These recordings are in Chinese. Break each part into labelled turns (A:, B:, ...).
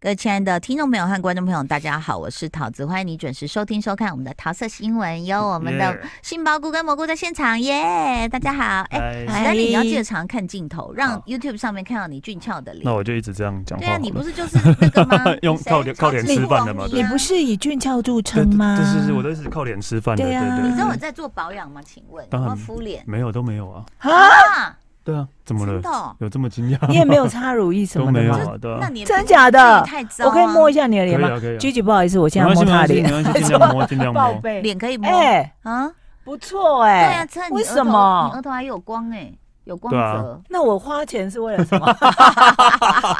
A: 各位亲爱的听众朋友和观众朋友，大家好，我是桃子，欢迎你准时收听收看我们的桃色新闻，有
B: 嗯
A: 我们的
B: Yeah
A: 杏鲍菇跟蘑菇在现场耶大家好，哎、
B: 哎，
A: 但你要
C: 嗨
A: 记得常常看镜头，让
B: 好
A: YouTube 上面看到你俊俏的
B: 那
A: 脸。
B: 我就一直这样讲话
A: 对
B: 好
A: 啊，
B: 了。？
A: 你不是就是那个吗
B: 用
A: 谁
B: 靠脸靠脸
A: 超级
B: 吃饭的嘛
A: 王
B: 对
C: 你
A: 呀
C: 不是以俊俏著
B: 对
C: 称吗？
B: 对是是，我都是靠脸吃饭的，
C: 对
B: 对
C: 啊
B: 对
A: 你知道我
B: 对。
A: 在做保养吗？请问有
B: 嗯当
A: 没有
B: 然
A: 敷脸
B: 没有都没有啊，
C: 啊，
A: 啊？
B: 对啊，怎么
A: 真
B: 了
A: 的？哦？
B: 有这么惊讶？
C: 你也没有擦乳液什
B: 都
C: 么的
B: 没有
C: 吗？
B: 啊，对
A: 那
B: 啊。
A: 你
C: 真假的
A: 皮肤也太糟啊
C: 我可以摸一下你的
B: 可以
C: 脸吗
B: 啊，可以啊。
C: ？G G，不好意思，我现在摸
B: 没
C: 他
B: 关系，
C: 脸
B: 没，关系，尽量摸，尽量
C: 报
B: 摸。
C: 备。
A: 脸可以摸
C: 哎，
A: 啊？
C: 不错
A: 对
C: 哎
A: 啊，，这你
C: 为
A: 额头
C: 什
A: 你
C: 么
A: 额？头还有光哎，有光
B: 对啊
A: 泽。
C: 那我花钱是为了什么？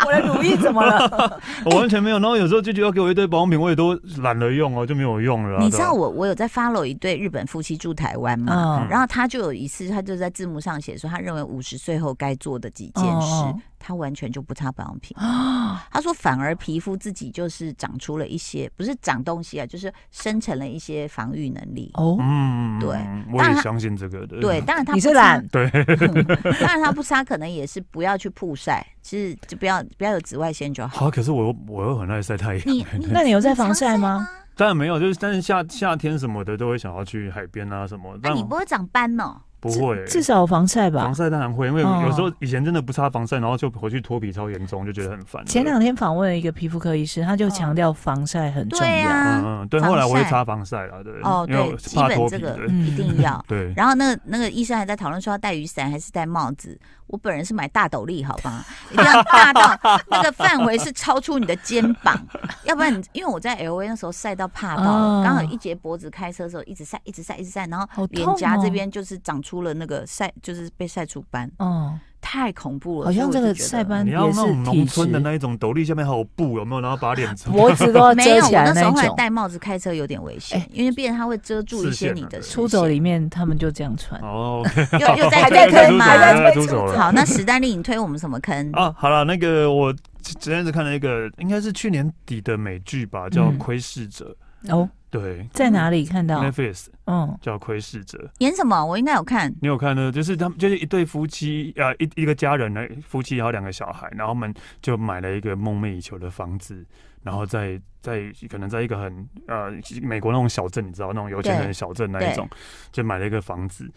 C: 我的乳液怎 么了？
B: 我完全没有，然后有时候就觉得要给我一堆保养品，我也都懒得用哦，就没有用了啊。
A: 你知
B: 对啊
A: 道我我有在 follow 一对日本夫妻住台湾嘛？
C: 嗯
A: 然后他就有一次，他就在字幕上写说，他认为五十岁后该做的几件事，
C: 哦哦
A: 他完全就不擦保养品。
C: 啊，
A: 他说，反而皮肤自己就是长出了一些，不是长东西啊，就是生成了一些防御能力。
C: 哦，
B: 嗯，
A: 对
B: 我也相信这个的。
A: 对，当然他
C: 你
A: 不
C: 是
A: 擦
C: 懒，
B: 对，
A: 当然他不擦，可能也是不要去曝晒，其实就不要不要有紫外线就好。
B: 好，可是我又我又很爱晒太阳。
A: 你你
C: 那你有在
A: 常
C: 防晒吗？？
B: 当然没有，就是但是夏夏天什么的都会想要去海边啊什么，
A: 那
B: 但
A: 你不会长斑哦？
B: 不会，
C: 至少有防晒吧
B: 防。晒当然会，因为
C: 哦
A: 嗯
B: 有时候以前真的不擦防晒，然后就回去脱皮超严重，就觉得很烦。
A: 啊
C: 前两天访问了一个皮肤科医师，他就强调防晒很重
A: 对
C: 要。
A: 啊，
B: 嗯嗯，对，
A: 防
B: 后来我会
A: 晒
B: 擦防晒了，对，
A: 哦，
B: 因为
A: 对
B: 我，
A: 基
B: 怕脱
A: 本这
B: 皮，
A: 个
B: 对
C: 嗯
A: 一定要。
B: 对，
A: 然后那个那个医生还在讨论说要带雨伞还是戴帽子。我本人是买大斗笠，好吧，一定要大 到那个范围是超出你的肩膀，要不然你因为我在 L A 那时候晒到怕到了，
C: 哦
A: 刚好一截脖子开车的时候一直晒一直晒一直晒，然后
C: 好痛
A: 脸
C: 哦
A: 颊这边就是长出了那个晒，就是被晒出斑，
C: 哦，
A: 太恐怖了。
C: 好像
A: 所
C: 这
A: 以我
C: 个
A: 就觉得
C: 晒斑
B: 你要
C: 也
B: 那
C: 是
B: 种
C: 体
B: 农
C: 质
B: 村的，那一种斗笠下面还有布，有没有？然后把脸遮
C: 脖子都要
A: 没
C: 遮
A: 有，我
C: 起来
A: 那时
C: 那
A: 候后来
C: 种。
A: 戴帽子开车有点危险
C: 哎，
A: 因为变成它会遮住一
B: 视
A: 些
B: 线
A: 你
B: 啊
A: 的
B: 对
A: 视
C: 出走
A: 线
C: 里面他们就这样 穿。
B: 哦，
A: 哎又 又 在
C: 还在
A: 推
C: 推
A: 坑吗？
C: 还在推
B: 出走了
A: 好，那史丹利，你推我们什么坑？
B: 啊，好了，那个我前阵子看了一个，应该是去年底的美剧吧，叫《
C: 嗯
B: 窥视者》，
C: 哦，
B: 对
C: 在哪里看
A: 哦
C: 到？
B: ，Netflix
C: 嗯，
B: 叫《窥视者》，
A: 演什么？我应该有看。
B: 你有看呢？就是他们就是一对夫妻，呃，一一个家人呢，夫妻还有两个小孩，然后他们就买了一个梦寐以求的房子，然后在在可能在一个很呃美国那种小镇，你知道那种有钱人的小镇那一种，就买了一个房子。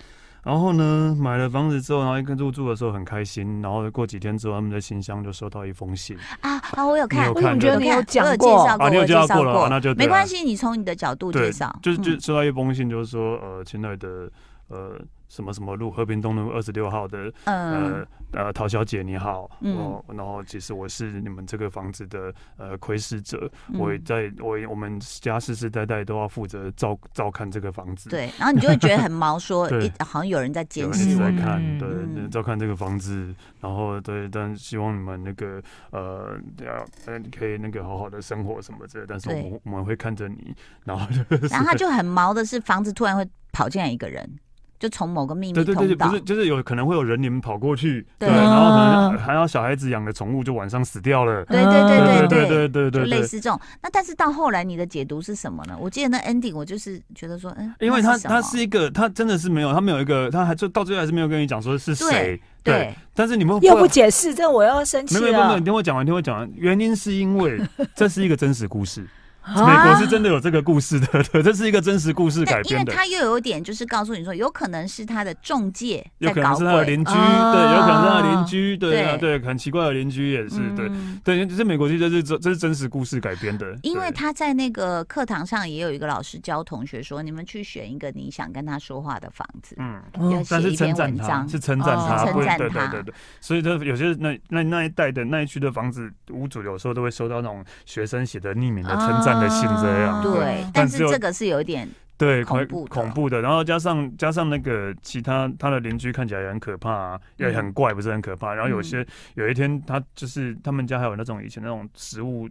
B: 然后呢，买了房子之后，然后一个入住的时候很开心，然后过几天之后，他们的信箱就收到一封信
A: 啊啊！我有看，
B: 你有
A: 我
B: 看
A: 有
B: 对
A: 看
B: 不
C: 对
A: 我有
C: 我
A: 介
C: 有
A: 绍
C: 介绍
A: 过，
B: 啊，你
A: 我
B: 有
A: 有
B: 介
A: 介
B: 绍
A: 绍
B: 过了，啊
A: 过，
B: 那就对
A: 没
B: 了
A: 关系，你从你的角度介
B: 对
A: 绍，，
B: 就是就
A: 嗯
B: 收到一封信，就是说呃，亲爱的呃什么什么路和平东路二十六号的呃
A: 嗯
B: 呃，陶小姐你好，
A: 嗯
B: 我然后其实我是你们这个房子的呃窥视者，
A: 嗯
B: 我也在我也我们家世世代代都要负责照照看这个房子，，
A: 对，然后你就会觉得很毛，说
B: 对
A: 一好像有人在
B: 有
A: 监
B: 人一
A: 视
B: 直
A: 我
B: 在
C: 嗯
A: 们。
B: 看，
C: 嗯
B: 对对，
A: 嗯
B: 照看这个房子，然后对，但希望你们那个呃要呃可以那个好好的生活什么之类的，但是我们我们会看着你，然后就是
A: 然后他就很毛的是，房子突然会跑进来一个人，就从某个秘密
B: 对对对，
A: 通
B: 对
A: 道
B: 不是，就是有可能会有人你们跑过去，
A: 对哦
B: 然后可能
C: 啊
B: 还有小孩子养的宠物就晚上死掉了，
A: 对对对对。
B: 对
C: 嗯
B: 对
A: 就
B: 对对
A: 类
B: 对。
A: 似这种，那但是到后来你的解读是什么呢？我记得那 ending，我就是觉得说，嗯，
B: 因为
A: 那
B: 他
A: 是什
B: 他
A: 么
B: 是一个，他真的是没有，他没有一个，他还就到最后还是没有跟你讲说是谁，
A: 对，
B: 但是你们会
C: 又不解释，这我要生气
B: 没有没
C: 了。
B: 有没有没有，你听我讲完，听我讲完，原因是因为这是一个真实故事，美 国
A: 啊
B: 是真的有这个故事的， 对，这是一个真实故事
A: 但
B: 改
A: 因为
B: 编的，
A: 他又有点就是告诉你说，有可能是他的中介
B: 有
A: 在
B: 可能
A: 搞
B: 是他的
A: 鬼，
B: 邻居，
C: 啊
B: 对，有可能是他的邻居，对啊，
A: 对
B: 对，很奇怪的邻居也是，对。
A: 嗯
B: 对，这美国剧，这是这是真实故事改编的。
A: 因为
B: 对
A: 他在那个课堂上也有一个老师教同学说，你们去选一个你想跟他说话的房子，
B: 嗯，
A: 要
C: 嗯
A: 写
B: 但是
A: 一篇
B: 称赞
A: 文
B: 他，
A: 章。
B: 是称赞
C: 哦
B: 他，
C: 是
B: 不
A: 称赞
B: 是对
A: 他
B: 对对对。所以这有些那那那一带的那一区的房子屋主有时候都会收到那种学生写的匿名的称赞的信这样。
C: 啊
A: 对
C: 嗯，
A: 但
B: 但
A: 是
B: 只有
A: 这个是有一点
B: 对，
A: 哦恐
B: 恐
A: 怖的
B: 恐怖的，然后加上加上那个其他他的邻居看起来也很可怕、啊，也
A: 嗯
B: 很怪，不是很可怕。然后有些、有一天他就是他们家还有那种以前那种食物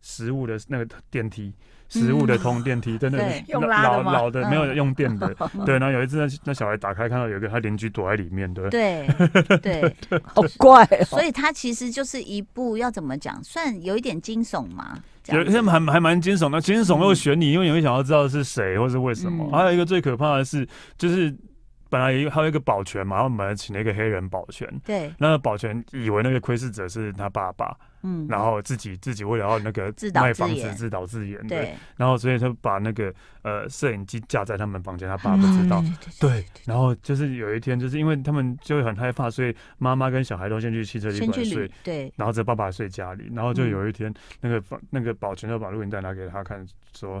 B: 食物的那个电梯。食物的通电梯，真
A: 嗯
B: 的
A: 对
C: 用拉的
B: 老
C: 吗
B: 老的没有
A: 嗯
B: 用电的， 对。然后有一次那那小孩打开看到有一个他邻居躲在里面，对，
A: 对 对，
C: 好怪哦。
A: 所以他其实就是一部要怎么讲，算有一点惊悚嘛。这
B: 有
A: 样
B: 一些
A: 子
B: 还还蛮惊悚的，惊悚
A: 嗯
B: 又选你，因为你会想要知道是谁或是为什么。
A: 嗯
B: 还有一个最可怕的是，就是本来还有一个保全嘛，然后我们请了一个黑人保全，
A: 对，
B: 那保全以为那个窥视者是他爸爸，
C: 嗯，
B: 然后自己自己为了要那个
A: 自导
B: 卖
A: 自
B: 房子
A: 演
B: 自导自演的，
A: 对，
B: 然后所以他把那个呃摄影机架在他们房间，他爸不知道。
A: 嗯
B: 对，然后就是有一天，就是因为他们就会很害怕，所以妈妈跟小孩都先去汽车旅
A: 先去
B: 馆睡
A: 旅，对，
B: 然后这爸爸睡家里，然后就
C: 嗯
B: 有一天，那个保那个保全就把录影带拿给他看，说。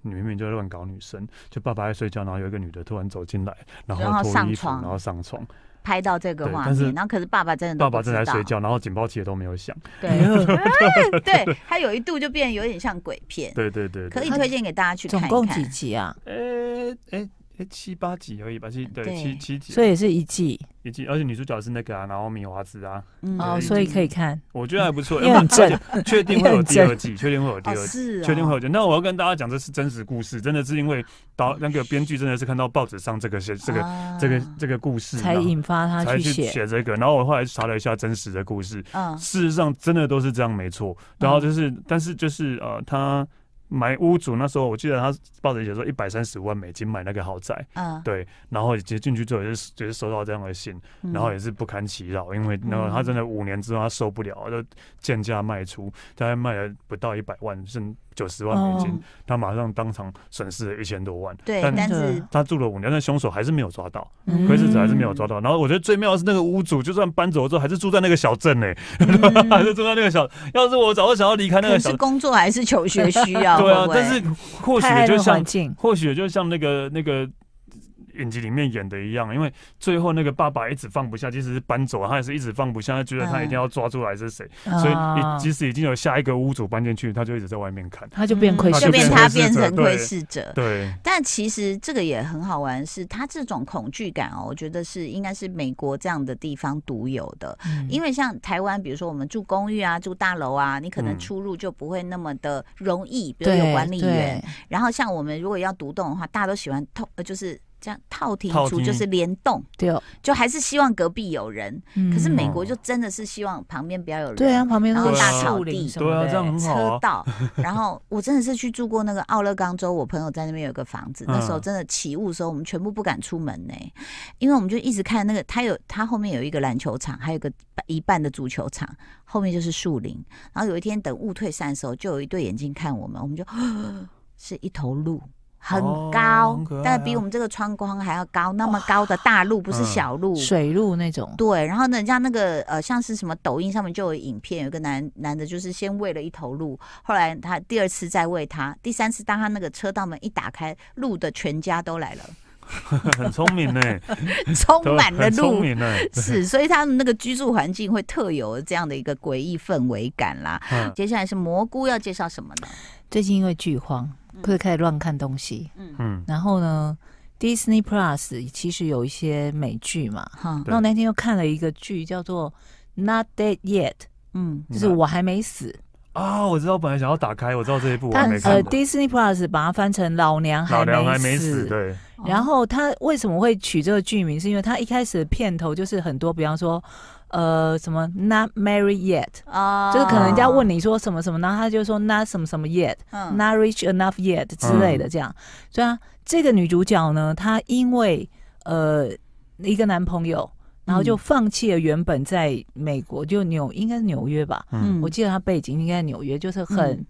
B: 你明明就乱搞女生，就爸爸在睡觉，然后有一个女的突然走进来，然
A: 然后
B: 后脱
A: 上
B: 衣服，
A: 床
B: 然后上床，
A: 拍到这个
B: 对
A: 画
B: 但是
A: 面，然后可是爸爸真的
B: 爸
A: 都
B: 爸
A: 不
B: 正
A: 知
B: 在
A: 道
B: 睡，觉，然后警报器也都没有响。
A: 对对， 他有一度就变得有点像鬼片，
B: 对对对
A: 可
B: 对，
A: 以推荐给大家去看一
C: 总共几
A: 看。
C: 集啊？
B: 呃哎哎七八集而已吧，七对
A: 对
B: 七七集，
C: 所以也是一季
B: 以及而且女主角是那个啊，然后米华兹啊，
A: 嗯
C: 哦，
B: 对
C: 所以可以看。
B: 我觉得还不错，嗯
C: 你很正
B: 而且确定会有第
C: 你
B: 二
C: 很
B: 季，确定会有第
A: 哦
B: 二季。
A: 是哦，
B: 确定会有钱。那我要跟大家讲，这是真实故事，真的是因为导那个编剧真的是看到报纸上这个写这个、
A: 啊
B: 这个这个故事，
C: 嗯才
B: 然后
C: 引发他
B: 才
C: 去
B: 去
C: 写。
B: 写这个。然后我后来去查了一下真实的故事，
A: 嗯
B: 事实上真的都是这样，没错。然
C: 嗯
B: 后就是，但是就是呃，他买屋主那时候，我记得他报纸写说一百三十万美金买那个豪宅，
A: 嗯，
B: 对。然后其实进去之后也是也是收到这样的信，
C: 嗯
B: 然后也是不堪其扰，因为然后他真的五年之后他受不了，就贱价卖出，大概卖了不到一百万，剩九十万美金，
C: 哦
B: 他马上当场损失了一千多万。
A: 嗯对，
B: 但
A: 但
C: 真的
A: 是
B: 他住了五年，但凶手还是没有抓到，
C: 嗯
B: 窥视者还是没有抓到。然后我觉得最妙的是那个屋主，就算搬走之后，还是住在那个小镇呢、还是住 在那个小。要是我早就想要离开
A: 嗯可
B: 那个
A: 能
B: 小
A: 是，工作还是求学 需要，
B: 对啊
A: 会。不会
B: 但是或许
C: 太爱
B: 就
C: 的
B: 像
C: 环境，
B: 或许就像那个那个影集里面演的一样，因为最后那个爸爸一直放不下，即使是搬走，他也是一直放不下，他觉得他一
A: 嗯
B: 定要抓出来是谁，所以
C: 啊
A: 哦
B: 你即使已经有下一个屋主搬进去，他就一直在外 面看。
C: 他就变窥
B: 他
C: 视
A: 就
B: 嗯就
A: 变
B: 变
C: 者。
A: 他
B: 窥视
A: 变
B: 者
A: 成
B: 对
A: 窥视者。
B: 对，
A: 但其实这个也很好玩，是他这种恐惧感哦，我觉得是应该是美国这样的地方独有的。
C: 嗯
A: 因为像台湾，比如说我们住公寓啊，住大楼啊，你可能
B: 嗯
A: 出入就不会那么的容易，比如
C: 对
A: 有管理员。
C: 对
A: 然后像我们如果要独栋的话，大家都喜欢套，呃，就是这样套厅
B: 套
A: 住，
B: 厅
A: 就是联动，
C: 对哦，
A: 就还是希望隔壁有人。可是
C: 嗯
A: 美国就真的是希望旁边不要有人。
C: 对啊，旁边都
B: 然
C: 是
B: 后大
A: 草
C: 树林
A: 地
C: 什么
B: 对啊，
C: 的
B: 这样很好
A: 车
B: 啊。
A: 道，然后我真的是去住过那个奥勒冈州，我朋友在那边有一个房子，那时候
B: 嗯
A: 真的起雾的时候，我们全部不敢出门呢、因为我们就一直看那个，它有它后面有一个篮球场，还有一个一半的足球场，后面就是树林。然后有一天等雾退散的时候，就有一对眼睛看我们，我们就 是一头鹿。很
B: 哦
A: 高，
B: 很可爱啊
A: 但比我们这个窗框还要高，那么高的大鹿不是
B: 嗯
A: 小鹿，
C: 水路那种，
A: 对，然后呢，人家那个呃，像是什么抖音上面就有影片，有一个男男的，就是先喂了一头鹿，后来他第二次再喂它，第三次当他那个车道门一打开，鹿的全家都 来了，
B: 很聪 明呢、
A: 充
B: 对
A: 满了
B: 很聪
A: 鹿。
B: 明呢、
A: 是，所以他们那个居住环境会特有这样的一个诡异氛围感啦。
B: 嗯
A: 接下来是蘑菇要介绍什么呢？
C: 最近因为剧荒，
A: 嗯
C: 可是开始乱看东西。
B: 嗯，
C: 然后呢，Disney Plus 其实有一些美剧嘛，
A: 哈，
B: 对
C: 那我那天又看了一个剧叫做《Not Dead Yet》，
A: 嗯，
C: 就是我还没死。
B: 啊，我知道，本来想要打开，我知道这一部我
C: 它
B: 还没看
C: 呃
B: 过。
C: ，Disney Plus 把它翻成《老娘
B: 老
C: 还
B: 梁还
C: 没
B: 没死，对，
A: 哦
C: 然后他为什么会取这个剧名？是因为他一开始的片头就是很多，比方说，呃，什么 not married yet，、
A: 啊
C: 就是可能人家问你说什么什么，然后他就说 not 什么什么 yet，、
A: 嗯
C: not rich enough yet 之类的这样。所以啊，这个女主角呢，她因为呃一个男朋友，然后就放弃了原本在美国就纽应该是纽约吧，
B: 嗯
C: 我记得她背景应该是纽约，就是很、
A: 嗯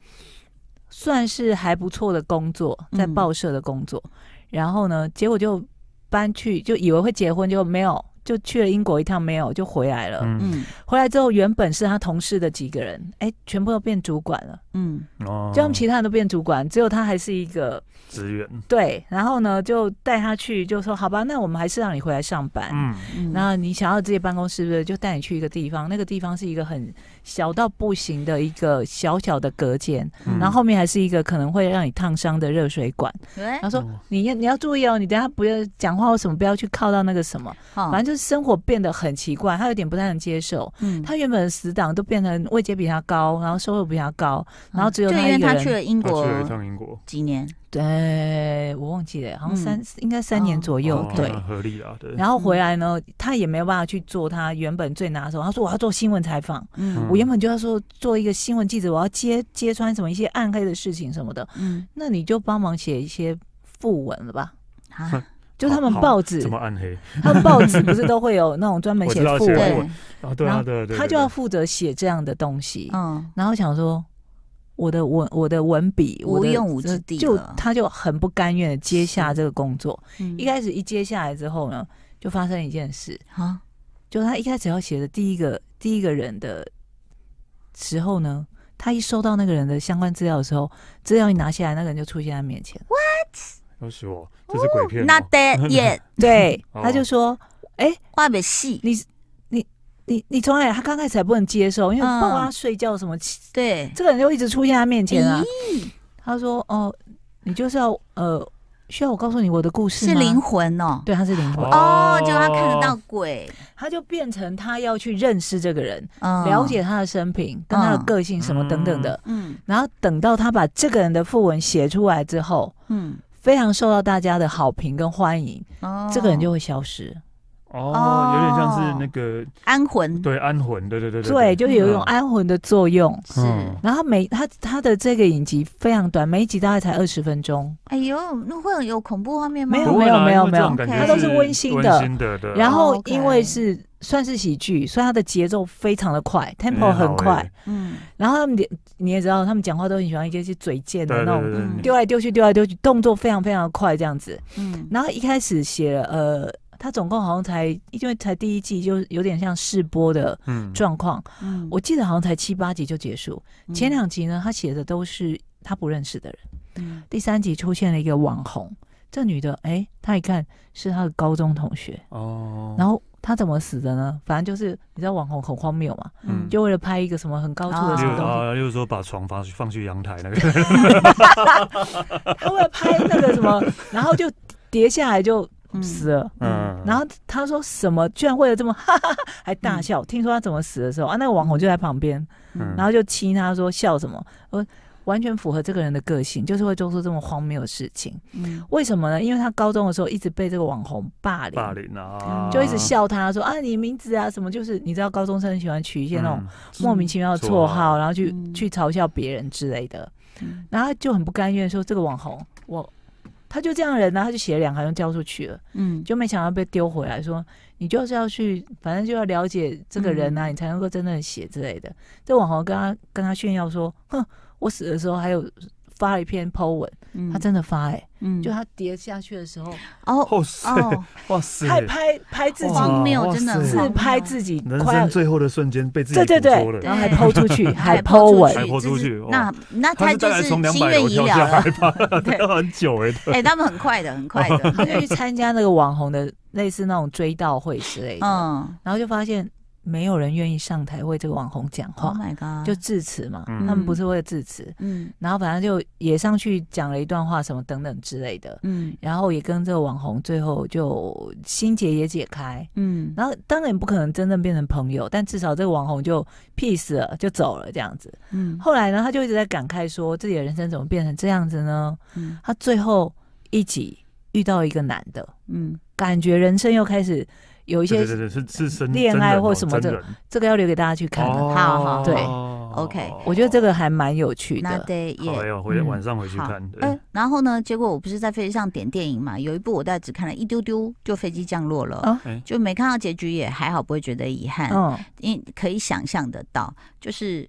C: 算是还不错的工作，在
A: 嗯
C: 报社的工作。然后呢，结果就搬去，就以为会结婚，就没有。就去了英国一趟，没有就回来了。
B: 嗯
A: 嗯
C: 回来之后，原本是她同事的几个人，哎、全部都变主管了。
A: 嗯
B: 哦，
C: 就他们其他人都变主管，只有他还是一个
B: 职员，
C: 对。然后呢，就带他去，就说好吧，那我们还是让你回来上班。
B: 嗯
A: 嗯，
C: 然后你想要自己办公室，是不是就带你去一个地方？那个地方是一个很小到不行的一个小小的隔间，
B: 嗯
C: 然后后面还是一个可能会让你烫伤的热水管。
A: 对
C: 然后，说
B: 哦
C: 你要你要注意哦，你等下不要讲话或什么，不要去靠到那个什么。
A: 反
C: 反正就是生活变得很奇怪，他有点不太能接受。
A: 嗯
C: 他原本的死党都变成位阶比他高，然后收入比他高，然后只
A: 嗯
C: 有
A: 就
C: 他
A: 因为
C: 一个
A: 他
C: 人
A: 去了英
B: 他
A: 国
B: 去了一趟英国，
A: 几年，
C: 对，我忘记了，好像三、应该三年左右，
B: 嗯哦
C: 对。
B: 那合理啊，对。
C: 然后回来呢，他也没有办法去做他原本最拿手。他说我要做新闻采访，
A: 嗯
C: 我原本就要说做一个新闻记者，我要揭揭穿什么一些暗黑的事情什么的。
A: 嗯
C: 那你就帮忙写一些副文了吧？
A: 啊，
C: 就他们
B: 好
C: 报纸
B: 怎，么暗黑
C: 他们报纸不是都会有那种专门写
B: 我知道
C: 副
B: 写
C: 文，
B: 对啊？对
C: 然
B: 啊，
C: 后
B: 对啊对啊，
C: 他就
B: 对
C: 要
B: 啊
C: 负责写这样的东西。
A: 嗯，
C: 然后想说，我的文我的文笔
A: 无
C: 我的
A: 用武之
C: 这
A: 地
C: 就
A: 了
C: 他就很不甘愿的接下
A: 是
C: 这个工作。
A: 嗯
C: 一开始一接下来之后呢，就发生一件事，
A: 啊，
C: 就他一开始要写的第一个第一个人的时候呢，他一收到那个人的相关资料的时候，资料一拿下来，那个人就出现在面前。
B: 要死我，这是鬼片哦。
A: 那 that yet，
C: 对，
B: 哦
C: 他就说
A: 画的细，
C: 你你从来他刚开始还不能接受，因为
A: 嗯
C: 抱他睡觉什么，
A: 对，
C: 这个人就一直出现在他面前啊。
A: 咦，
C: 他说哦，你就是要呃，需要我告诉你我的故事
A: 是
C: 吗
A: 灵魂哦，
C: 对，他是灵魂，
A: 哦，就他看得到鬼，
C: 他就变成他要去认识这个人，
A: 嗯，
C: 了，解他的生平、跟他的
A: 嗯
C: 个性什么等等的。
A: 嗯
C: 然后等到他把这个人的讣文写出来之后，
A: 嗯，
C: 非常受到大家的好评跟欢迎，
A: 哦
C: 这个人就会消失。
B: 哦，有点像是那个
A: 安魂，
B: 对安魂，对对对
C: 哦对，就有一种安魂的作用。
A: 是，
B: 嗯
C: 然后每他他的这个影集非常短，每一集大概才二十分钟，
A: 哎呦，那会有恐怖画面吗？
C: 没有
B: 不会啦
C: 没有
B: 因为这
A: 没有
B: 种感觉
A: 它都
C: 是温馨的
B: 温馨的，对啊
C: 然后
A: 哦 OK
C: 因为是算是喜剧，所以它的节奏非常的快，tempo
B: 嗯好
C: 很快。
B: 欸
A: 嗯，
C: 然后他们连你也知道，他们讲话都很喜欢一些嘴贱的
B: 对
C: 那
B: 对
C: 种，
B: 对
A: 嗯
B: 对，
C: 丢来丢去，丢来丢去，动作非常非常的快这样子。
A: 嗯
C: 然后一开始写了呃，他总共好像才因为才第一季，就有点像试播的
B: 嗯
C: 状况，
A: 嗯，
C: 我记得好像才七八集就结束。
A: 嗯
C: 前两集呢，他写的都是他不认识的人。
A: 嗯
C: 第三集出现了一个网红，这女的，哎，她一看是她的高中同学，
B: 哦，
C: 然后她怎么死的呢？反正就是你知道网红很荒谬嘛，
A: 嗯，
C: 就为了拍一个什么很高处的
A: 啊
B: 例
C: 什
B: 如
C: 么东西，
B: 啊，例如说把床放放去阳台那 个，
C: 她为了拍那个 什么，然后就跌下来就
A: 嗯
C: 死了。
B: 嗯，
C: 然后她说什么？居然为了这么哈哈哈还大笑。听说她怎么死的时候啊，那个网红就在旁边，
B: 嗯
C: 然后就亲她说笑什么，呃，完全符合这个人的个性，就是会做出这么荒谬的事情。
A: 嗯
C: 为什么呢？因为她高中的时候一直被这个网红霸凌，嗯
B: 霸凌啊，
C: 就一直笑她说啊，你名字啊什么，就是你知道高中生喜欢取一些哦那种
B: 嗯
C: 莫名其妙的
B: 绰
C: 绰
B: 号
C: 号，然后去、
A: 嗯
C: 去嘲笑别人之类的，
A: 嗯
C: 然后她就很不甘愿说这个网红我。他就这样的人呢、他就写了两行就交出去了，
A: 嗯，
C: 就没想到被丢回来说，你就是要去，反正就要了解这个人啊，
A: 嗯
C: 你才能够真正的写之类的。这网红跟他跟他炫耀说，哼，我死的时候还有发了一篇 po 文，
A: 嗯
C: 他真的发哎、欸
A: 嗯
C: 就他跌下去的时候，
A: 哦
B: 哇塞
A: 哦，
B: 哇塞，
C: 他还拍拍自己，
A: 荒
B: 哇
A: 谬，真的很
B: 哇塞
C: 哦自
A: 荒
C: 拍
A: 谬
C: 自己
B: 人
C: 快要
B: 生，最后的瞬间被自己
C: 对对
B: 捕捉了
C: 对，然后还
A: 对
C: po 出去，还
A: 还
C: po 文，
B: 还抛嗯出去
A: 这是
B: 哦
A: 那那
B: 他
A: 他
B: 是
A: 就
B: 大概
A: 是
B: 从两
A: 心
B: 百
A: 愿
B: 楼
A: 已
B: 跳
A: 了
B: 下
A: 了
B: 来， 吧，
A: 对
B: 很久哎，
A: 哎，他们很快的，很快的，
C: 他就去参加那个网红的类似那种追悼会之类的，
A: 嗯
C: 然后就发现没有人愿意上台为这个网红讲
A: ，Oh
C: 话，
A: my god，
C: 就致辞嘛，
B: 嗯
C: 他们不是为了致辞，
A: 嗯
C: 然后反正就也上去讲了一段话什么等等之类的，
A: 嗯
C: 然后也跟这个网红最后就心结也解开，
A: 嗯，
C: 然后当然不可能真正变成朋友，但至少这个网红就 peace 了，就走了这样子。
A: 嗯
C: 后来呢，他就一直在感慨说自己的人生怎么变成这样子呢？
A: 嗯
C: 他最后一集遇到一个男的，
A: 嗯
C: 感觉人生又开始有一
B: 对
C: 些
B: 对对，是是生
C: 恋爱或什么的
B: 真人
C: 这个要留给大家去看、啊。
B: 哦
A: 好好
C: 对
A: ，OK
C: 我觉得这个还蛮有趣
A: 那
C: 的。
A: 得也
B: 好要回
C: 嗯
B: 晚上回去看，对
A: 哎、然后呢？结果我不是在飞机上点电影嘛，有一部我大概只看了一丢丢，就飞机降落了，
C: 啊
B: 哎
A: 就没看到结局，也还好，不会觉得遗憾，
C: 嗯，
A: 因为可以想象得到，就是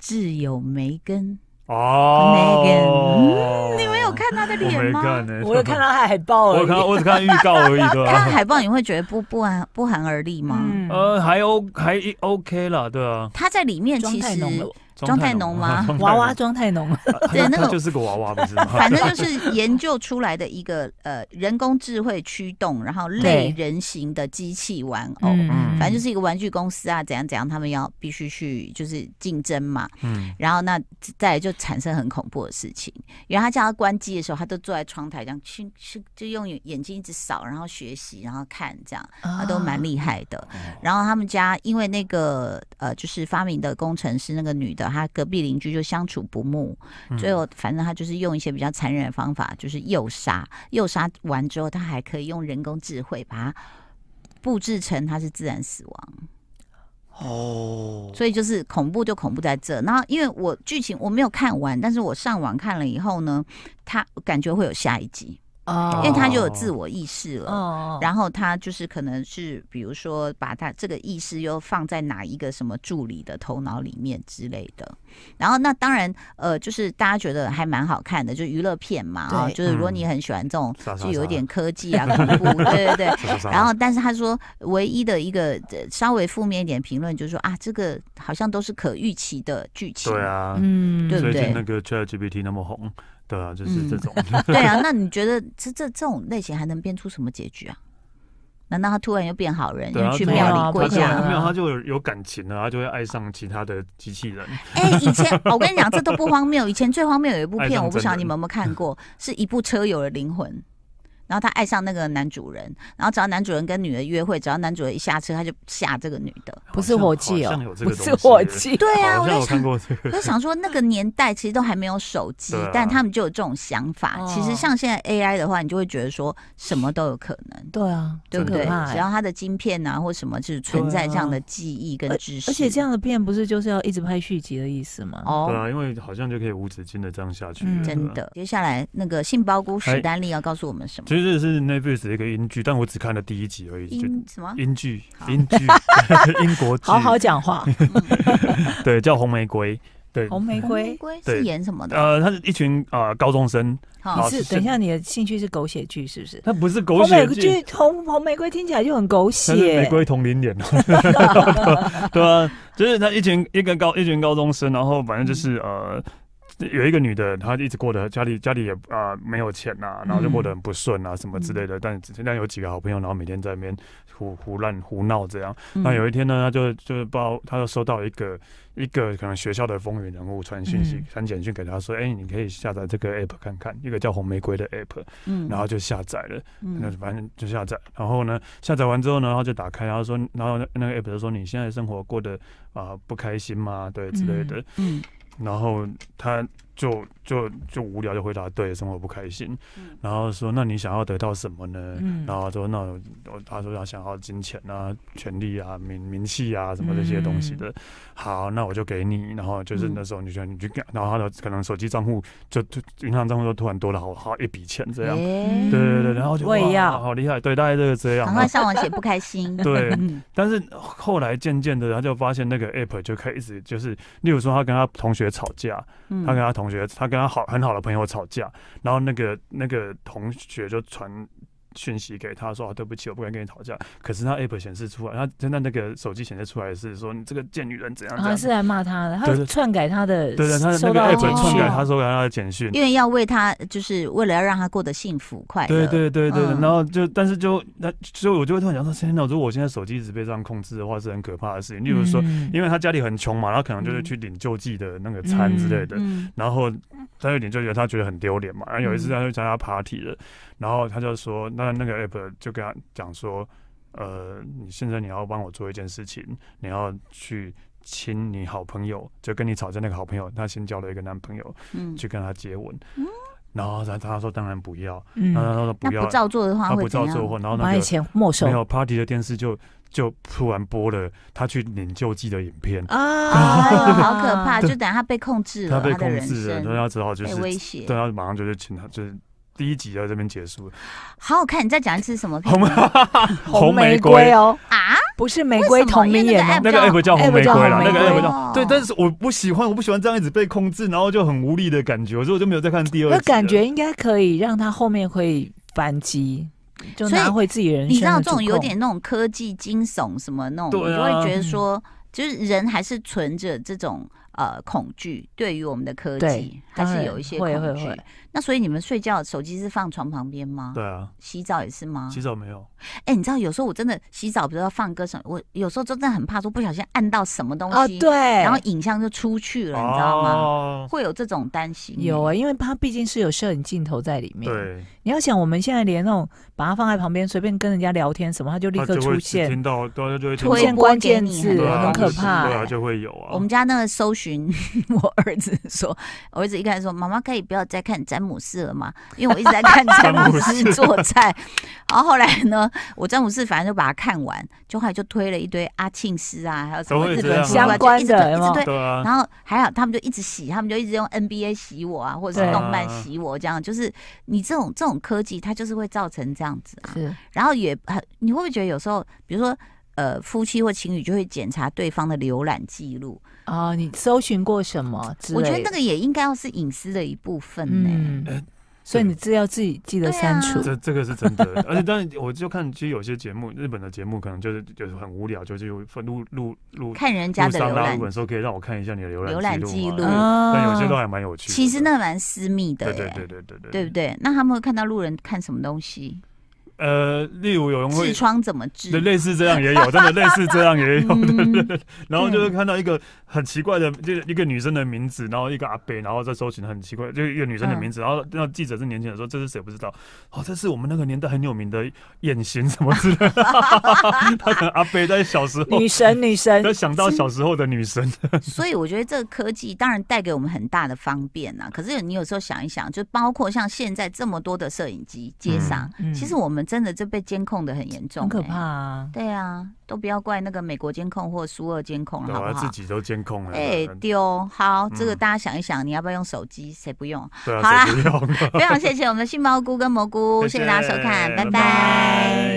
A: 挚友梅根，
C: 嗯
B: 哦，
A: 你们有看她的
B: 我
A: 脸
B: 没
A: 吗
B: 看？呢，
C: 我有看到他海报
B: 我
C: 而
B: 有看到，
C: 已。
B: 我只看预告而已， 对
A: 看
B: 吧？
A: 海报你会觉得不不寒不寒而栗吗？
C: 嗯，
B: 呃，还 O 还 OK 啦，对啊。
A: 她在里面
C: 妆
A: 其
C: 太
A: 实
C: 浓了，
A: 庄太农 吗
B: 庄太农
C: 娃娃妆太浓了。
A: 对那个
B: 他就是个娃娃，不是吗？
A: 反正就是研究出来的一个呃人工智慧驱动，然后类人形的机器玩偶。
C: 哦
B: 嗯
A: 反正就是一个玩具公司啊，怎样怎样，他们要必须去就是竞争嘛，
B: 嗯，
A: 然后那再来就产生很恐怖的事情。因为他叫他关机的时候，他都坐在窗台这样，去去就用眼睛一直扫，然后学习，然后看这样，
C: 啊
A: 他都
B: 哦
A: 蛮厉害的。然后他们家因为那个呃，就是发明的工程师那个女的，她隔壁邻居就相处不睦，
B: 嗯
A: 最后反正她就是用一些比较残忍的方法，就是诱杀，诱杀完之后，她还可以用人工智慧把它布置成她是自然死亡，
B: 哦，
A: 所以就是恐怖就恐怖在这。然后因为我剧情我没有看完，但是我上网看了以后呢，她感觉会有下一集。
C: 哦
A: 因为他就有自我意识了。
C: 哦
A: 然后他就是可能是，比如说把他这个意识又放在哪一个什么助理的头脑里面之类的。然后那当然，呃，就是大家觉得还蛮好看的，就娱乐片嘛啊、
C: 对
A: 就是如果
B: 嗯
A: 你很喜欢这种
B: 杀，杀
A: 就有
B: 杀
A: 点科技啊、恐怖，对对 对。
B: 是是
A: 然后，但是他说，唯一的一个呃稍微负面一点评论就是说啊，这个好像都是可预期的剧情。
B: 对啊，
C: 嗯，
A: 对不
B: 最
A: 对
B: 近那个 ChatGPT 那么红，对啊，就是这种，
A: 对啊，那你觉得这这这种类型还能编出什么结局啊？难道他突然又变好人，
B: 对啊
A: 又去
B: 对啊
A: 庙里
C: 他
A: 跪
B: 他
C: 不
B: 就
C: 想
A: 下？
C: 啊
B: 没有他就有有感情了，他就会爱上其他的机器人。
A: 哎、以前 我跟你讲，这都不荒谬。以前最荒谬有一部
B: 爱
A: 片，
B: 上
A: 我不
B: 真
A: 晓得
B: 人
A: 你们有没有看过，是一部车友的灵魂。然后他爱上那个男主人，然后只要男主人跟女的约会，只要男主人一下车，他就吓这个女的。
C: 不是火气
B: 好
C: 哦
B: 像有，这个
C: 不
B: 东西
C: 是火气，
A: 对啊，
B: 好
A: 我
B: 像
A: 在
B: 有看
A: 想，
B: 过这个
A: 我，就想说那个年代其实都还没有手机，
B: 对啊
A: 但他们就有这种想法。
C: 哦
A: 其实像现在 AI 的话，你就会觉得说什么都有可能，
C: 对啊，
A: 对不
C: 很
A: 对
C: 可怕？
A: 只
C: 欸
A: 要它的晶片啊或什么，就是存在这样的记忆跟
C: 而
A: 知识。
C: 而且这样的片不是就是要一直拍续集的意思吗？
B: 对
A: 哦，
B: 啊，因为好像就可以无止境的这样下去
C: 嗯
B: 了，
A: 真
B: 对啊。
A: 的。接下来那个杏鲍菇史
B: 哎
A: 丹利要告诉我们什么？
B: 其实这是 Netflix 的一个英剧，但我只看了第一集而已，就
A: 因什么？
B: 英剧
A: 啊好，
B: 英剧，英国剧，
C: 好好讲话，
B: 对，叫《红玫瑰》，对，
C: 红玫 瑰。
A: 瑰是
B: 对
A: 演什么的？
B: 呃，他是一群呃高中生，
A: 好
C: 你
B: 好
C: 是
B: 是
C: 等一下，你的兴趣是狗血剧是不是？
B: 他不是狗
C: 红
B: 血
C: 玫
B: 剧，
C: 瑰红红玫瑰听起来就很狗
B: 他是玫
C: 血，
B: 瑰同龄脸， 对啊，就是他一群一个高一群高中生，然后反正就是呃。有一个女的，她一直过得家里家里也啊、呃没有钱呐、然后就过得很不顺啊什么之类的。但只但有几个好朋友，然后每天在那边胡胡乱胡闹这样。
C: 嗯
B: 那啊有一天呢，他就就是不知道，他就收到一个一个可能学校的风云人物传讯息
C: 嗯、
B: 传简讯给他说：“哎、你可以下载这个 app 看看，一个叫红玫瑰的 app。”
A: 嗯
B: 然后就下载了。那
A: 嗯
B: 反正就下载，然后呢，下载完之后呢，然后就打开，然后说，然后那个 app 就说你现在生活过得啊、不开心吗？对之类的，
A: 嗯
B: 然后他就就就无聊就回答对，生活不开心，然后说那你想要得到什么呢？
C: 嗯
B: 然后说那我我他说他想要金钱啊、权力啊、名名气啊什么这些东西的。好，那我就给你。然后就是
C: 嗯
B: 那时候你就你就给，然后他的可能手机账户就就银行账户就突然多了好好一笔钱这样。
A: 哎
B: 对对对，然后就
C: 我也
B: 哇
C: 要
B: 好厉害，对，大概就是这样。
A: 赶 快上网写不开心。
B: 对
A: 嗯
B: 但是后来渐渐的，他就发现那个 app 就开始就是，例如说他跟他同学吵架，
A: 嗯
B: 他跟他同学，他跟他好很好的朋友吵架，然后那个那个同学就传。讯息给他说、啊：“对不起，我不敢跟你吵架。”可是他 app 显示出来，他真的那个手机显示出来是说你这个贱女人怎样怎
C: 啊，
B: 样。
C: 是来骂他的，
B: 对
C: 他
B: 对
C: 篡改他的，
B: 对对，他的那
C: 收
B: 个
C: 到
B: app
A: 简讯
B: 篡改
C: 哦
B: 他收到他的简讯，
A: 因为要为他，就是为了要让他过得幸福快乐。
B: 对对对对，
A: 嗯
B: 然后就但是就那所以我就会突然想说，天哪！如果我现在手机一直被这样控制的话，是很可怕的事情。例如说，
C: 嗯
B: 因为他家里很穷嘛，他可能就是
C: 嗯
B: 去领救济的那个餐之类的，
A: 嗯
B: 然后他有点就觉得他觉得很丢脸嘛。然后有一次他就参加 party 了，然后他就说，那那个 app 就跟他讲说，呃，你现在你要帮我做一件事情，你要去。亲你好朋友，就跟你吵架那个好朋友，他新交了一个男朋友，
A: 嗯，
B: 去跟他接吻，
A: 嗯
B: 然后他他说当然不要，
C: 嗯
B: 啊然后他说
A: 那
B: 不要
A: 不，照做的话
B: 他
A: 会
B: 不
A: 怎
B: 照做
A: 样？
B: 货，然后
C: 把
B: 那
C: 以
B: 个
C: 前没收
B: 没有 party 的电视就就突然播了他去领救济的影片，
C: 啊
A: 哎呦，好可怕！就等哦他被控制
B: 他
A: 了，
B: 被
A: 的
B: 控
A: 人
B: 制了，所以
A: 生
B: 他只好就
A: 被
B: 是
A: 威胁
B: 对，他马上就是请他就是第一集就在这边结束
A: 啊
B: 了，
A: 好好看，你再讲一次什么片
B: 红
C: 红
B: 红
C: 玫
B: 玫
C: 瑰
B: 瑰
C: 哦，
A: 啊？
C: 不是玫瑰同名演
A: 为什么因为那个 app
B: 那
C: 哦
B: 个 app 叫
C: app
B: 红玫
C: 叫
B: 瑰啦，
C: 红
B: 那
C: 玫
B: 个 app
C: 瑰
B: 叫
A: 哦
B: 对，但是我不喜欢，我不喜欢这样一直被控制，然后就很无力的感觉，所以我就没有再看第二集了。
C: 那感觉应该可以让他后面可以反击，就
A: 所以
C: 拿回自己人
A: 你
C: 生
A: 知道
C: 的
A: 这
C: 主
A: 种有
C: 控
A: 点那种科技惊悚什么那种，我
B: 对
A: 就
B: 啊
A: 会觉得说，就是人还是存着这种呃恐惧，对于我们的科技
C: 对
A: 还
C: 当
A: 是
C: 然
A: 有一些
C: 会
A: 恐
C: 会
A: 惧
C: 会。
A: 那所以你们睡觉手机是放床旁边吗？
B: 对啊，
A: 洗澡也是吗？
B: 其实我没有，
A: 哎、你知道有时候我真的洗澡，不是要放歌什么，我有时候真的很怕说不小心按到什么东
C: 啊，
A: 西，
C: 对，
A: 然
C: 然
A: 后影像就出去了，你知道吗？
B: 哦
A: 会有这种担心。
C: 有啊、因为它毕竟是有摄影镜头在里面。，
B: 对，
C: 你要想，我们现在连那种把它放在旁边，随便跟人家聊天什么，它就立
B: 他
C: 刻
B: 就会
C: 出现，
B: 听到，对，他就会听
C: 出
A: 推
B: 到
C: 现
A: 播
C: 关
A: 给
C: 键
A: 你
C: 字，
A: 很多欸
B: 对啊
C: 很可
B: 就是
C: 怕
B: 对。啊，就会有啊。
A: 我们家那个搜询 我儿子说，我儿子一开始说：“妈妈可以不要再看詹姆士了吗？”因为我一直在看詹姆士做菜。然后后来呢，我詹姆士反正就把它看完，就后来就推了一堆阿庆斯啊，还有什
B: 都
A: 么
B: 会
A: 日
B: 这
A: 本
B: 样
A: 厨啊
C: 相
A: 就一
C: 关
A: 直
C: 的
A: 推一
C: 有没
A: 直
C: 有
A: 推。
B: 对啊，
A: 然后还好，他们就一直洗，他们就一直用 NBA 洗我啊，或者是
C: 对
A: 动漫洗我，这样就是你这种这种科技，它就是会造成这样子啊。
C: 是
A: 然后也很，你会不会觉得有时候，比如说呃，夫妻或情侣就会检查对方的浏览记录？
C: 哦，你搜寻过什么之类的？
A: 我觉得那个也应该要是隐私的一部分呢、
C: 嗯，所以你资料自己记得
A: 对啊
C: 删 除。
B: 这这个是真的，而且当然我就看，其实有些节目，日本的节目可能就是就是很无聊，就是有录录录
A: 看人家
B: 路
A: 的
B: 上
A: 浏
B: 拉
A: 览
B: 日本，说可以让我看一下你的浏
A: 浏览
B: 览
A: 记
B: 记录
A: 录
B: 嘛，
C: 啊
B: 对但有些都还蛮有趣的。
A: 其实，那蛮私密的、
B: 对
A: 耶，
B: 对对对对对，
A: 对不对？那他们会看到路人看什么东西，
B: 呃，例如有人会
A: 痔疮怎么治
B: 对，？类似这样也有，真的类似这样也有。
A: 嗯，
B: 然后就是看到一个很奇怪的，就是一个女生的名字，然后一个阿伯，然后再搜寻很奇怪，就是一个女
A: 嗯
B: 生的名字。然后那记者是年轻人说这是谁不知道，哦，这是我们那个年代很有名的眼型什么之类的。 他可能阿伯在小时候
C: 女神，女神
B: 要，想到小时候的女生，
A: 所以我觉得这个科技当然带给我们很大的方便啊。可是你有时候想一想，就包括像现在这么多的摄影机街上，
C: 嗯
A: 其实我们真的就被监控的很严重、
C: 很可怕
A: 欸。
C: 啊。
A: 对啊，都不要怪那个美国监控或苏俄监控了，
B: 对
A: 好
B: 吧？
A: 不
B: 自
A: 好？
B: 己都监控了，
A: 哎
B: 对，啊
A: 丢好，这个
B: 嗯
A: 大家想一想，你要不要用手机？谁不用？
B: 对
A: 好啦
B: 啊，谁不用？
A: 非常谢谢我们的杏鲍菇跟蘑菇，谢
B: 谢
A: 谢大家收看，
B: 谢
A: 拜拜
B: 拜拜